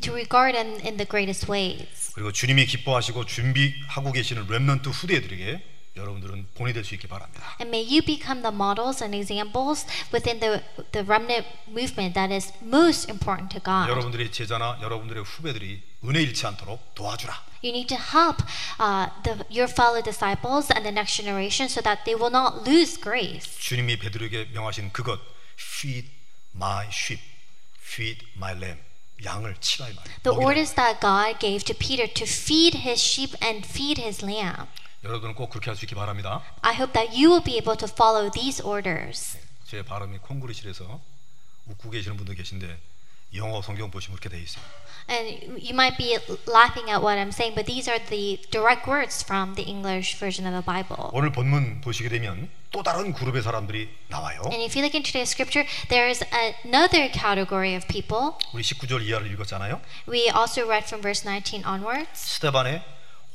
Speaker 1: to regard him in the greatest ways.
Speaker 2: 그리고 주님이 기뻐하시고 준비하고 계시는 렘넌트 후대들에게 여러분들은 본이 될 수 있기 바랍니다.
Speaker 1: And may you become the models and examples within the, the remnant movement that is most important to God.
Speaker 2: 여러분들의 제자나 여러분들의 후배들이 은혜 잃지 않도록 도와주라.
Speaker 1: You need to help uh, the, your fellow disciples and the next generation so that they will not lose grace.
Speaker 2: 주님이 베드로에게 명하신 그것 feed my sheep, feed my lamb. 양을 치라 이 말이에요.
Speaker 1: The
Speaker 2: 먹이라.
Speaker 1: orders that God gave to Peter to feed his sheep and feed his lamb.
Speaker 2: 여러분은 꼭 그렇게 할 수 있기 바랍니다.
Speaker 1: I hope that you will be able to follow these orders.
Speaker 2: 제 발음이 콩그리실에서 웃고 계시는 분도 계신데 영어 성경 보시면 이렇게 돼 있어요.
Speaker 1: And you might be laughing at what I'm saying, but these are the direct words from the English version of the Bible.
Speaker 2: 오늘 본문 보시게 되면 또 다른 그룹의 사람들이 나와요.
Speaker 1: And if you look in today's scripture, there is another category of people.
Speaker 2: 우리 19절 이하를 읽었잖아요.
Speaker 1: We also read from verse 19 onwards.
Speaker 2: 스테반의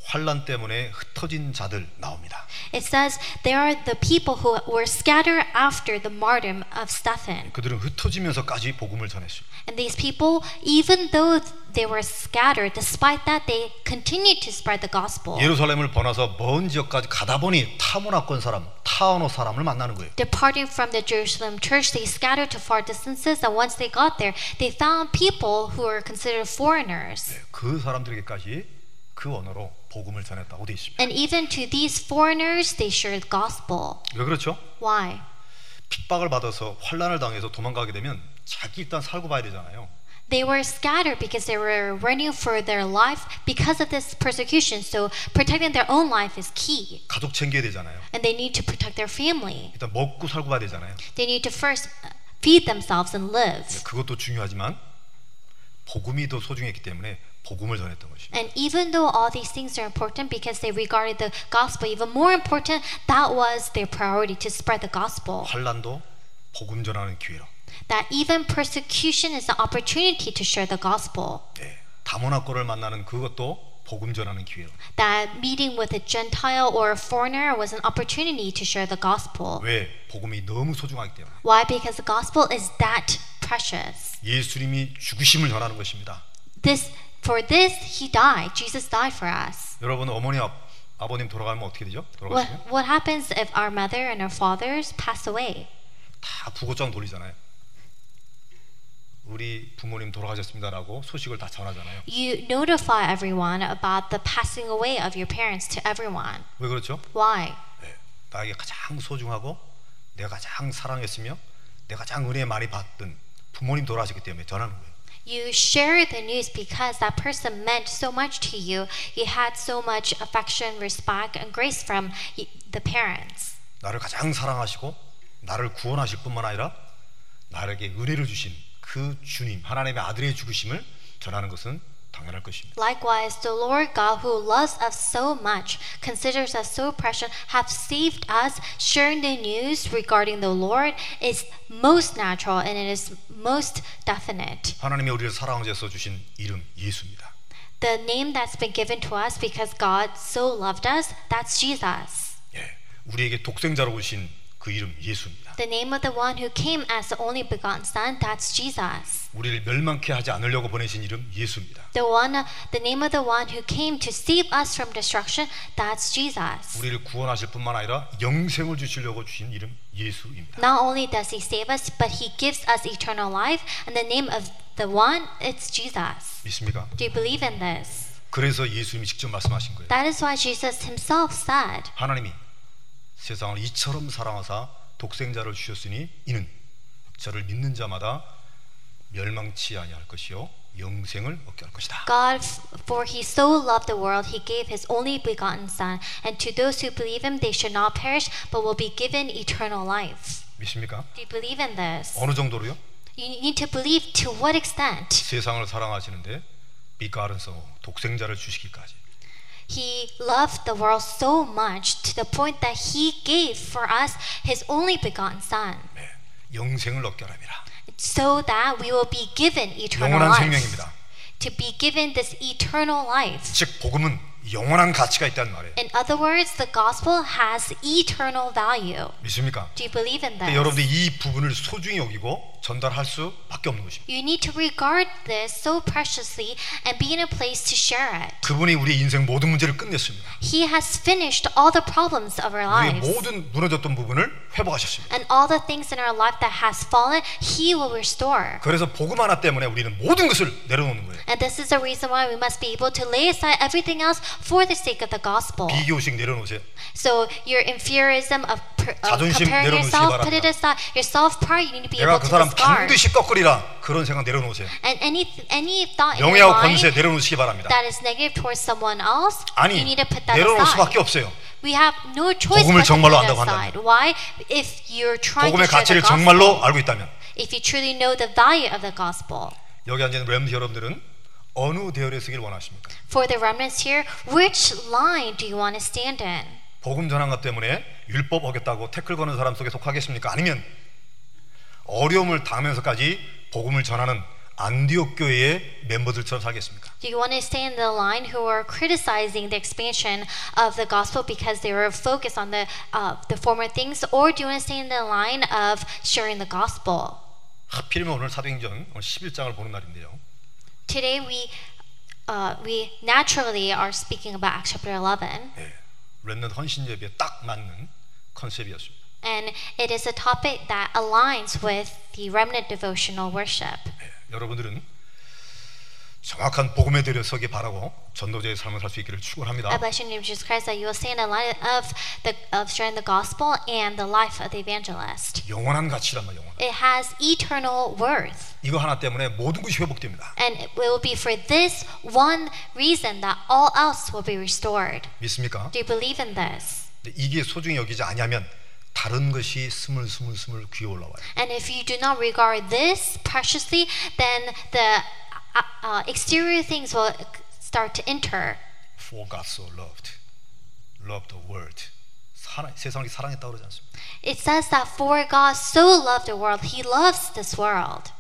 Speaker 2: 환란 때문에 흩어진 자들 나옵니다.
Speaker 1: It says, There are the people who were scattered after the martyrdom of Stephen.
Speaker 2: 그들은 흩어지면서까지 복음을 전했어요.
Speaker 1: And these people, even though they were scattered, despite that, they continued to spread the
Speaker 2: 어.
Speaker 1: gospel.
Speaker 2: 예루살렘을 번나서 먼 지역까지 가다 보니 타모나권 사람, 타오노 사람을 만나는 거예요.
Speaker 1: Departing from the Jerusalem church, they scattered to far distances, and once they got there, they found people who were considered foreigners.
Speaker 2: 네, 그 사람들에게까지 그 언어로 복음을 전했다고 돼 있습니다.
Speaker 1: And even to these foreigners, they shared the gospel.
Speaker 2: 왜 그렇죠?
Speaker 1: Why?
Speaker 2: 핍박을 받아서 환란을 당해서 도망가게 되면 자기 일단 살고 봐야 되잖아요.
Speaker 1: They were scattered because they were running for their life because of this persecution. So protecting their own life is key.
Speaker 2: 가족 챙겨야 되잖아요.
Speaker 1: and they need to protect their family.
Speaker 2: 일단 먹고 살고 봐야 되잖아요. 네,
Speaker 1: They need to first uh, feed themselves and live.
Speaker 2: 그것도 중요하지만 복음이 더 소중했기 때문에 복음을 전했던 것입니다.
Speaker 1: And even though all these things are important because they regarded the gospel even more important, that was their priority to spread the gospel.
Speaker 2: 환란도 복음 전하는 기회로.
Speaker 1: That even persecution is an opportunity to share the gospel.
Speaker 2: 네. 다문화권을 만나는 그것도 복음 전하는 기회로.
Speaker 1: That meeting with a Gentile or a foreigner was an opportunity to share the gospel.
Speaker 2: 왜? 복음이 너무 소중하기 때문에.
Speaker 1: Why? Because the gospel is that precious.
Speaker 2: 예수님이 죽으심을 전하는 것입니다.
Speaker 1: This for this he died. Jesus died for us.
Speaker 2: 여러분 어머니 아, 아버님 돌아가면 어떻게 되죠?
Speaker 1: What,
Speaker 2: 돌아가시면
Speaker 1: what happens if our mother and our fathers pass away?
Speaker 2: 다 부고장 돌리잖아요. 우리 부모님 돌아가셨습니다라고 소식을 다 전하잖아요.
Speaker 1: You notify everyone about the passing away of your parents to everyone.
Speaker 2: 왜 그렇죠?
Speaker 1: Why?
Speaker 2: 네. 나에게 가장 소중하고 내가 가장 사랑했으며 내가 가장 은혜 많이 받던 부모님 돌아가셨기 때문에 전하는 거예요.
Speaker 1: You share the news because that person meant so much to you. You had so much affection, respect, and grace from y- the parents.
Speaker 2: 나를 가장 사랑하시고 나를 구원하실 뿐만 아니라 나에게 은혜를 주신 그 주님 하나님의 아들의 죽으심을 전하는 것은 당연할 것입니다.
Speaker 1: Likewise, the Lord God, who loves us so much, considers us so precious, have saved us. Sharing the news regarding the Lord is most natural and it is most definite.
Speaker 2: 하나님이 우리를 사랑하셔서 주신 이름 예수입니다.
Speaker 1: The name that's been given to us because God so loved us, that's Jesus.
Speaker 2: 예, 우리에게 독생자로 오신 그 이름 예수입니다.
Speaker 1: The name of the one who came as the only begotten Son, that's Jesus.
Speaker 2: 우리를 멸망케 하지 않으려고 보내신 이름 예수입니다.
Speaker 1: The one, the name of the one who came to save us from destruction, that's Jesus.
Speaker 2: 우리를 구원하실 뿐만 아니라 영생을 주시려고 주신 이름 예수입니다.
Speaker 1: Not only does he save us, but he gives us eternal life, and the name of the one, it's Jesus.
Speaker 2: 믿습니까?
Speaker 1: Do you believe in this?
Speaker 2: 그래서 예수님이 직접 말씀하신 거예요.
Speaker 1: That is why Jesus himself said,
Speaker 2: 하나님이 세상을 이처럼 사랑하사 독생자를 주셨으니 이는 저를 믿는 자마다 멸망치 아니할 것이요 영생을 얻게 할 것이다.
Speaker 1: God, f- for he so loved the world, he gave his only begotten Son, and to those who believe him, they should not perish, but will be given eternal life.
Speaker 2: 믿습니까?
Speaker 1: Do you believe in this?
Speaker 2: 어느 정도로요?
Speaker 1: You need to believe to what extent?
Speaker 2: 세상을 사랑하시는데 비가른서 독생자를 주시기까지
Speaker 1: He loved the world so much to the point that he gave for us his only begotten Son,
Speaker 2: 네, 영생을 얻게 하랍니다.
Speaker 1: so that we will be given eternal
Speaker 2: 영원한
Speaker 1: life.
Speaker 2: 생명입니다.
Speaker 1: To be given this eternal life.
Speaker 2: 즉 복음은 영원한 가치가 있다는 말이에요.
Speaker 1: In other words, the gospel has eternal value.
Speaker 2: 믿습니까?
Speaker 1: Do you believe in
Speaker 2: 근데
Speaker 1: this?
Speaker 2: 여러분들이 이 부분을 소중히 여기고 전달할 수밖에 없는 것입니다.
Speaker 1: You need to regard this so preciously and be in a place to share it.
Speaker 2: 그분이 우리 인생 모든 문제를 끝냈습니다.
Speaker 1: He has finished all the problems of our
Speaker 2: 우리의
Speaker 1: lives.
Speaker 2: 모든 무너졌던 부분을 회복하셨습니다.
Speaker 1: And all the things in our life that has fallen, He will restore.
Speaker 2: 그래서 복음 하나 때문에 우리는 모든 것을 내려놓는 거예요.
Speaker 1: And this is the reason why we must be able to lay aside everything else for the sake of the gospel.
Speaker 2: 비교식 내려놓으세요.
Speaker 1: So your inferiorism of, per, of
Speaker 2: 자존심
Speaker 1: comparing
Speaker 2: 내려놓으시기
Speaker 1: yourself, put it
Speaker 2: 바랍니다.
Speaker 1: aside. Your self-pride, you need to be
Speaker 2: 내가
Speaker 1: able
Speaker 2: 그
Speaker 1: to
Speaker 2: 사람
Speaker 1: discard.
Speaker 2: 반드시 꺾으리라 그런 생각 내려놓으세요.
Speaker 1: And any any thought in your
Speaker 2: 명예와
Speaker 1: mind
Speaker 2: 권세 내려놓으시기 바랍니다.
Speaker 1: that is negative towards someone else, you
Speaker 2: 아니
Speaker 1: need to put that
Speaker 2: 내려놓을 수밖에
Speaker 1: aside.
Speaker 2: 없어요.
Speaker 1: We have no choice
Speaker 2: 복음을
Speaker 1: but to put
Speaker 2: 정말로
Speaker 1: it
Speaker 2: 안다고
Speaker 1: aside. Why? If you're trying to share
Speaker 2: 복음의
Speaker 1: the
Speaker 2: 가치를
Speaker 1: gospel,
Speaker 2: 정말로 알고 있다면
Speaker 1: if you truly know the value of the gospel.
Speaker 2: 여기 앉은 램스 여러분들은 어느 대열에 서길 원하십니까?
Speaker 1: For the remnants here, which line do you want to stand in?
Speaker 2: 복음 전환과 때문에 율법 어겼다고 태클 거는 사람 속에 속하겠습니까? 아니면 어려움을 당하면서까지 복음을 전하는 안디옥 교회의 멤버들처럼 살겠습니까?
Speaker 1: Do you want to stay in the line who are criticizing the expansion of the gospel because they were focused on the uh, the former things, or do you want to stay in the line of sharing the gospel?
Speaker 2: 하필이면 오늘 사도행전 오늘 11장을 보는 날인데요.
Speaker 1: Today we uh, we naturally are speaking about Acts chapter 11,
Speaker 2: 예, 렘넌 헌신 예배에 딱 맞는 컨셉이었습니다.
Speaker 1: and it is a topic that aligns with the remnant devotional worship.
Speaker 2: 예, 여러분들은 정확한 복음에 대해 서기 바라고 전도자의 삶을 살 수 있기를
Speaker 1: I
Speaker 2: 축원합니다.
Speaker 1: bless you, name of Jesus Christ, that you will stay in the line of the of sharing the gospel and the life of the evangelist.
Speaker 2: 영원한 가치란 말 영원.
Speaker 1: It has eternal worth.
Speaker 2: 이거 하나 때문에 모든 것이 회복됩니다.
Speaker 1: And it will be for this one reason that all else will be restored.
Speaker 2: 믿습니까?
Speaker 1: Do you believe in this?
Speaker 2: 근데 이게 소중히 여기지 아니하면 다른 것이 스물스물스물 귀에 올라와요.
Speaker 1: And if you do not regard this preciously, then the uh, uh, exterior things will start to enter.
Speaker 2: For God so loved, loved the world. 사랑, 세상을 사랑했다고 그러지 않습니까?
Speaker 1: It says that for God so loved the world, he loves this world.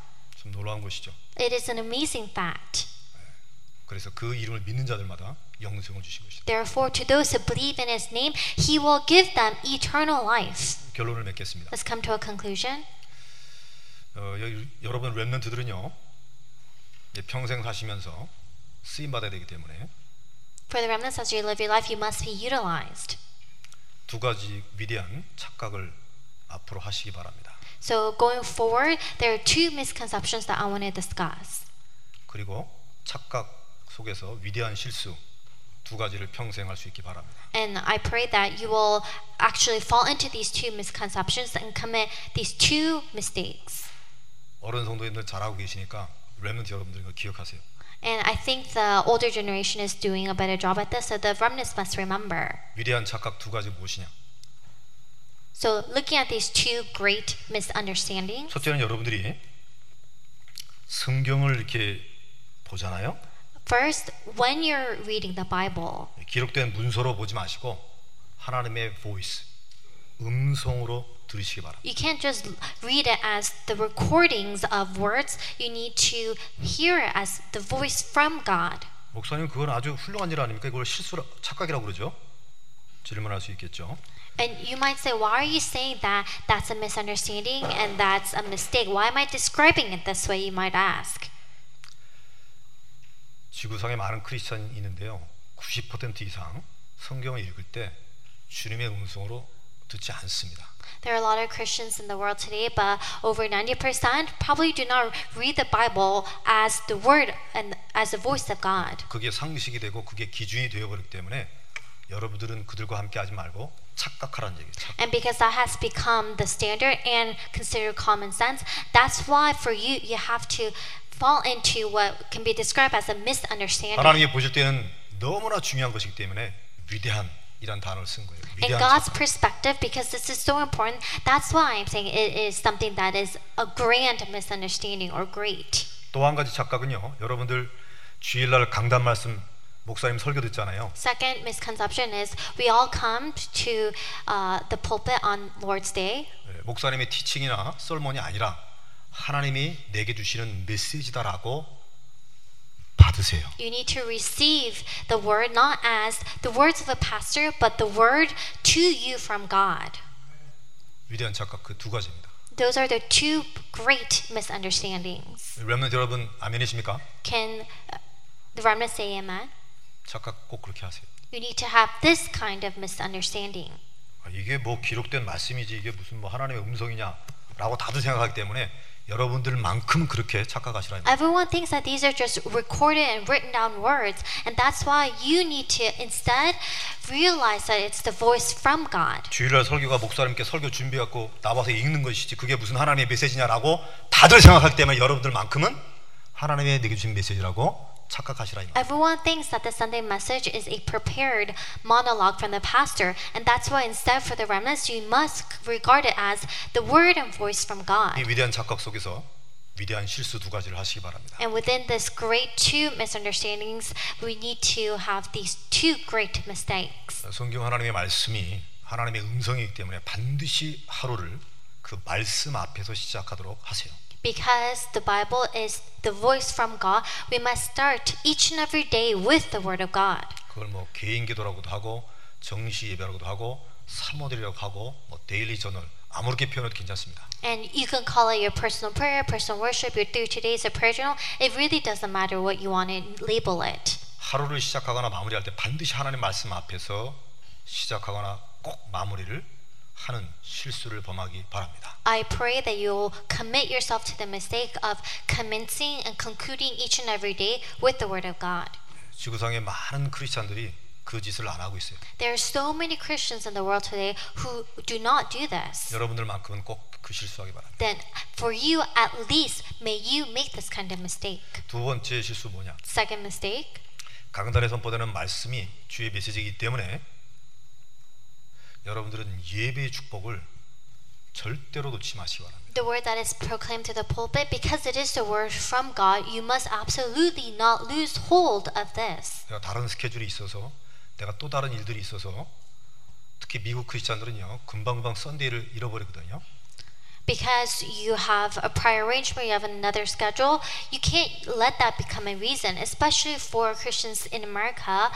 Speaker 2: 참 놀라운 것이죠.
Speaker 1: It is an amazing fact.
Speaker 2: 그래서 그 이름을 믿는 자들마다 영생을 주신 것이다.
Speaker 1: Therefore, to those who believe in his name, he will give them eternal life.
Speaker 2: 결론을 맺겠습니다.
Speaker 1: Let's come to a conclusion.
Speaker 2: 어, 여- 여러분 랩런트들은요 이제 평생 사시면서 쓰임 받아야 되기 때문에
Speaker 1: For the remnants, as you live your life, you must be utilized.
Speaker 2: 두 가지 위대한 착각을 앞으로 하시기 바랍니다.
Speaker 1: So, going forward, there are two misconceptions that I want to discuss.
Speaker 2: 그리고 착각 속에서 위대한 실수 두 가지를 평생 할 수 있기 바랍니다.
Speaker 1: And I pray that you will actually fall into these two misconceptions and commit these two mistakes.
Speaker 2: 어른 성도님들 잘하고 계시니까 랩런트 여러분들 이거 기억하세요.
Speaker 1: And I think the older generation is doing a better job at this, so the remnants must remember.
Speaker 2: 위대한 착각 두 가지 무엇이냐?
Speaker 1: So, looking at these two great misunderstandings,
Speaker 2: 첫째는 여러분들이 성경을 이렇게 보잖아요.
Speaker 1: first, when you're reading the Bible,
Speaker 2: 기록된 문서로 보지 마시고 하나님의 보이스 음성으로 들으시기 바랍니다.
Speaker 1: You can't just read it as the recordings of words. You need to hear it as the voice from God.
Speaker 2: 목사님 그건 아주 훌륭한 일 아닙니까? 이걸 실수 착각이라고 그러죠? 질문할 수 있겠죠.
Speaker 1: And you might say, why are you saying that? That's a misunderstanding and that's a mistake. Why am I describing it this way? You might ask.
Speaker 2: 지구상에 많은 크리스천이 있는데요. 90% 이상 성경을 읽을 때 주님의 음성으로 듣지 않습니다.
Speaker 1: There are a lot of Christians in the world today, but over 90% probably do not read the Bible as the word and as the voice of God.
Speaker 2: 그게 상식이 되고 그게 기준이 되어버리기 때문에 여러분들은 그들과 함께하지 말고 착각하라는 얘기죠. 착각.
Speaker 1: And because that has become the standard and considered common sense, that's why for you, you have to fall into what can be described as a misunderstanding.
Speaker 2: 하나님이 보실 때는 너무나 중요한 것이기 때문에 위대한이란 단어를 쓴 거예요.
Speaker 1: In
Speaker 2: 위대한
Speaker 1: God's
Speaker 2: 착각.
Speaker 1: perspective, because this is so important, that's why I'm saying it is something that is a grand misunderstanding or great.
Speaker 2: 또 한 가지 착각은요. 여러분들 주일날 강단 말씀 목사님 설교 듣잖아요.
Speaker 1: Second misconception is we all come to uh, the pulpit on Lord's Day.
Speaker 2: 예, 목사님의 티칭이나 썰몬이 아니라 하나님이 내게 주시는 메시지다라고 받으세요.
Speaker 1: You need to receive the word not as the words of a pastor, but the word to you from God.
Speaker 2: 위대한 착각 그 두 가지입니다.
Speaker 1: Those are the two great misunderstandings.
Speaker 2: 렘넌트 여러분 아멘이십니까?
Speaker 1: Can uh, the remnant say amen?
Speaker 2: 착각 꼭 그렇게 하세요.
Speaker 1: You need to have this kind of misunderstanding.
Speaker 2: 아, 이게 뭐 기록된 말씀이지 이게 무슨 뭐 하나님의 음성이냐라고 다들 생각하기 때문에 여러분들만큼 그렇게 착각하시라. 는
Speaker 1: Everyone thinks that these are just recorded and written down words, and that's why you need to instead realize that it's the voice from God.
Speaker 2: 주일날 설교가 목사님께 설교 준비하고 나와서 읽는 것이지 그게 무슨 하나님의 메시지냐라고 다들 생각하기 때문에 여러분들만큼은 하나님의 내게 주신 메시지라고 착각하시라. 이 말.
Speaker 1: Everyone thinks that the Sunday message is a prepared monologue from the pastor, and that's why instead for the remnants, you must regard it as the word and voice from
Speaker 2: 이
Speaker 1: God.
Speaker 2: 위대한 착각 속에서 위대한 실수 두 가지를 하시기 바랍니다.
Speaker 1: And within this great two misunderstandings, we need to have these two great mistakes.
Speaker 2: 성경 하나님의 말씀이 하나님의 음성이기 때문에 반드시 하루를 그 말씀 앞에서 시작하도록 하세요.
Speaker 1: Because the Bible is the voice from God, we must start each and every day with the Word of God.
Speaker 2: 그걸 뭐 개인 기도라고도 하고 정시 예배라고도 하고 사모들이라고 하고 뭐 데일리 저널 아무렇게 표현해도 괜찮습니다.
Speaker 1: And you can call it your personal prayer, personal worship, your 30 days of prayer journal. It really doesn't matter what you want to label it.
Speaker 2: 하루를 시작하거나 마무리할 때 반드시 하나님 말씀 앞에서 시작하거나 꼭 마무리를 하는 실수를 범하기 바랍니다.
Speaker 1: I pray that you'll commit yourself to the mistake of commencing and concluding each and every day with the Word of God.
Speaker 2: 지구상의 많은 크리스찬들이 그 짓을 안 하고 있어요.
Speaker 1: There are so many Christians in the world today who do not do this.
Speaker 2: 여러분들만큼은 꼭 그 실수하기 바랍니다.
Speaker 1: Then, for you at least, may you make this kind of mistake.
Speaker 2: 두 번째 실수 뭐냐?
Speaker 1: Second mistake
Speaker 2: 강단에 선포되는 말씀이 주의 메시지이기 때문에 여러분들은 예배의 축복을 절대로 놓지 마시기 바랍니다.
Speaker 1: the word that is proclaimed to the pulpit, because it is the word from God, you must absolutely not lose hold of this.
Speaker 2: 내가 다른 스케줄이 있어서 내가 또 다른 일들이 있어서 특히 미국 크리스찬들은요 금방금방 썬데이를 잃어버리거든요
Speaker 1: Because you have a prior arrangement, you have another schedule, you can't let that become a reason, especially for Christians in America.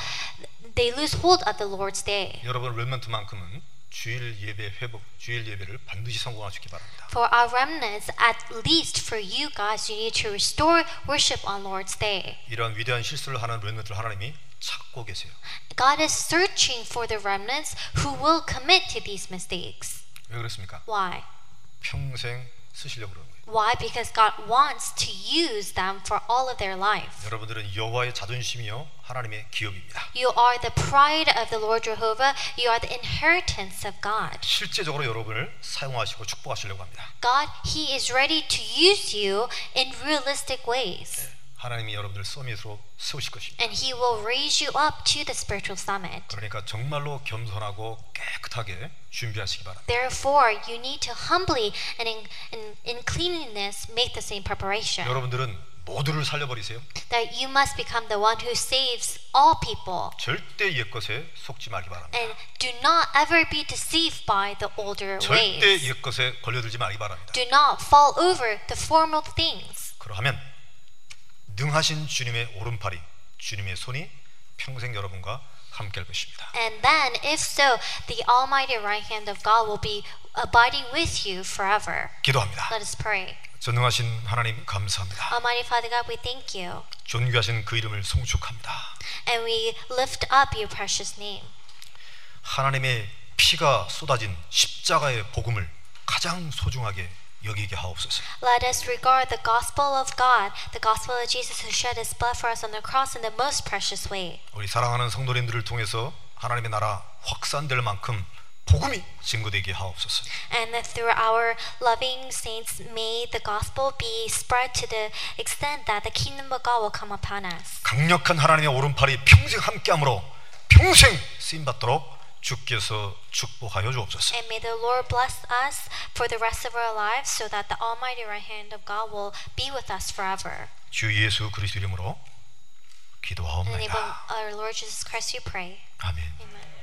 Speaker 1: They lose hold of the Lord's Day.
Speaker 2: 여러분 렘넌트만큼은 주일 예배 회복 주일 예배를 반드시 성공하시기 바랍니다
Speaker 1: For our remnants, at least for you guys, you need to restore worship on Lord's Day.
Speaker 2: 이러한 위대한 실수를 하는 렘넌트를 하나님이 찾고 계세요
Speaker 1: God is searching for the remnants who will commit to these mistakes.
Speaker 2: 왜 그렇습니까?
Speaker 1: Why?
Speaker 2: 평생 쓰시려고 그러는 거예요
Speaker 1: Why? Because God wants to use them for all of their life.
Speaker 2: 여러분들은 여호와의 자존심이요 하나님의 기업입니다
Speaker 1: You are the pride of the Lord Jehovah. You are the inheritance of God.
Speaker 2: 실제적으로 여러분을 사용하시고 축복하시려고 합니다
Speaker 1: God, He is ready to use you in realistic ways.
Speaker 2: 하나님이 여러분을 서밋으로 세우실 것입니다
Speaker 1: And He will raise you up to the spiritual summit.
Speaker 2: 그러니까 정말로 겸손하고 깨끗하게 준비하시기 바랍니다
Speaker 1: Therefore, you need to humbly and in, in, in cleanliness make the same preparation.
Speaker 2: 여러분들은 모두를 살려버리세요.
Speaker 1: That you must become the one who saves all people.
Speaker 2: 절대 옛 것에 속지 말기 바랍니다.
Speaker 1: And do not ever be deceived by the older
Speaker 2: 절대
Speaker 1: ways.
Speaker 2: 옛 것에 걸려들지 말기 바랍니다.
Speaker 1: Do not fall over the formal things.
Speaker 2: 그러하면 능하신 주님의 오른팔이 주님의 손이 평생 여러분과 함께할 것입니다.
Speaker 1: And then, if so, the almighty right hand of God will be abiding with you forever.
Speaker 2: 기도합니다.
Speaker 1: Let us pray.
Speaker 2: 전능하신 하나님 감사합니다.
Speaker 1: Almighty Father God, we thank you.
Speaker 2: 존귀하신 그 이름을 송축합니다.
Speaker 1: And we lift up your precious name.
Speaker 2: 하나님의 피가 쏟아진 십자가의 복음을 가장 소중하게 여기게 하옵소서.
Speaker 1: Let us regard the gospel of God, the gospel of Jesus who shed his blood for us on the cross in the most precious way.
Speaker 2: 우리 사랑하는 성도님들을 통해서 하나님의 나라 확산될 만큼 복음이 증거되게 하옵소서.
Speaker 1: And that through our loving saints, may the gospel be spread to the extent that the kingdom of God will come upon us.
Speaker 2: 강력한 하나님의 오른팔이 평생 함께함으로 평생 쓰임 받도록 주께서 축복하여 주옵소서.
Speaker 1: And may the Lord bless us for the rest of our lives so that the almighty right hand of God will be with us forever.
Speaker 2: 주 예수 그리스도 이름으로
Speaker 1: In the name of
Speaker 2: 기도하옵나이다.
Speaker 1: our Lord Jesus Christ, we pray.
Speaker 2: 아멘.
Speaker 1: Amen.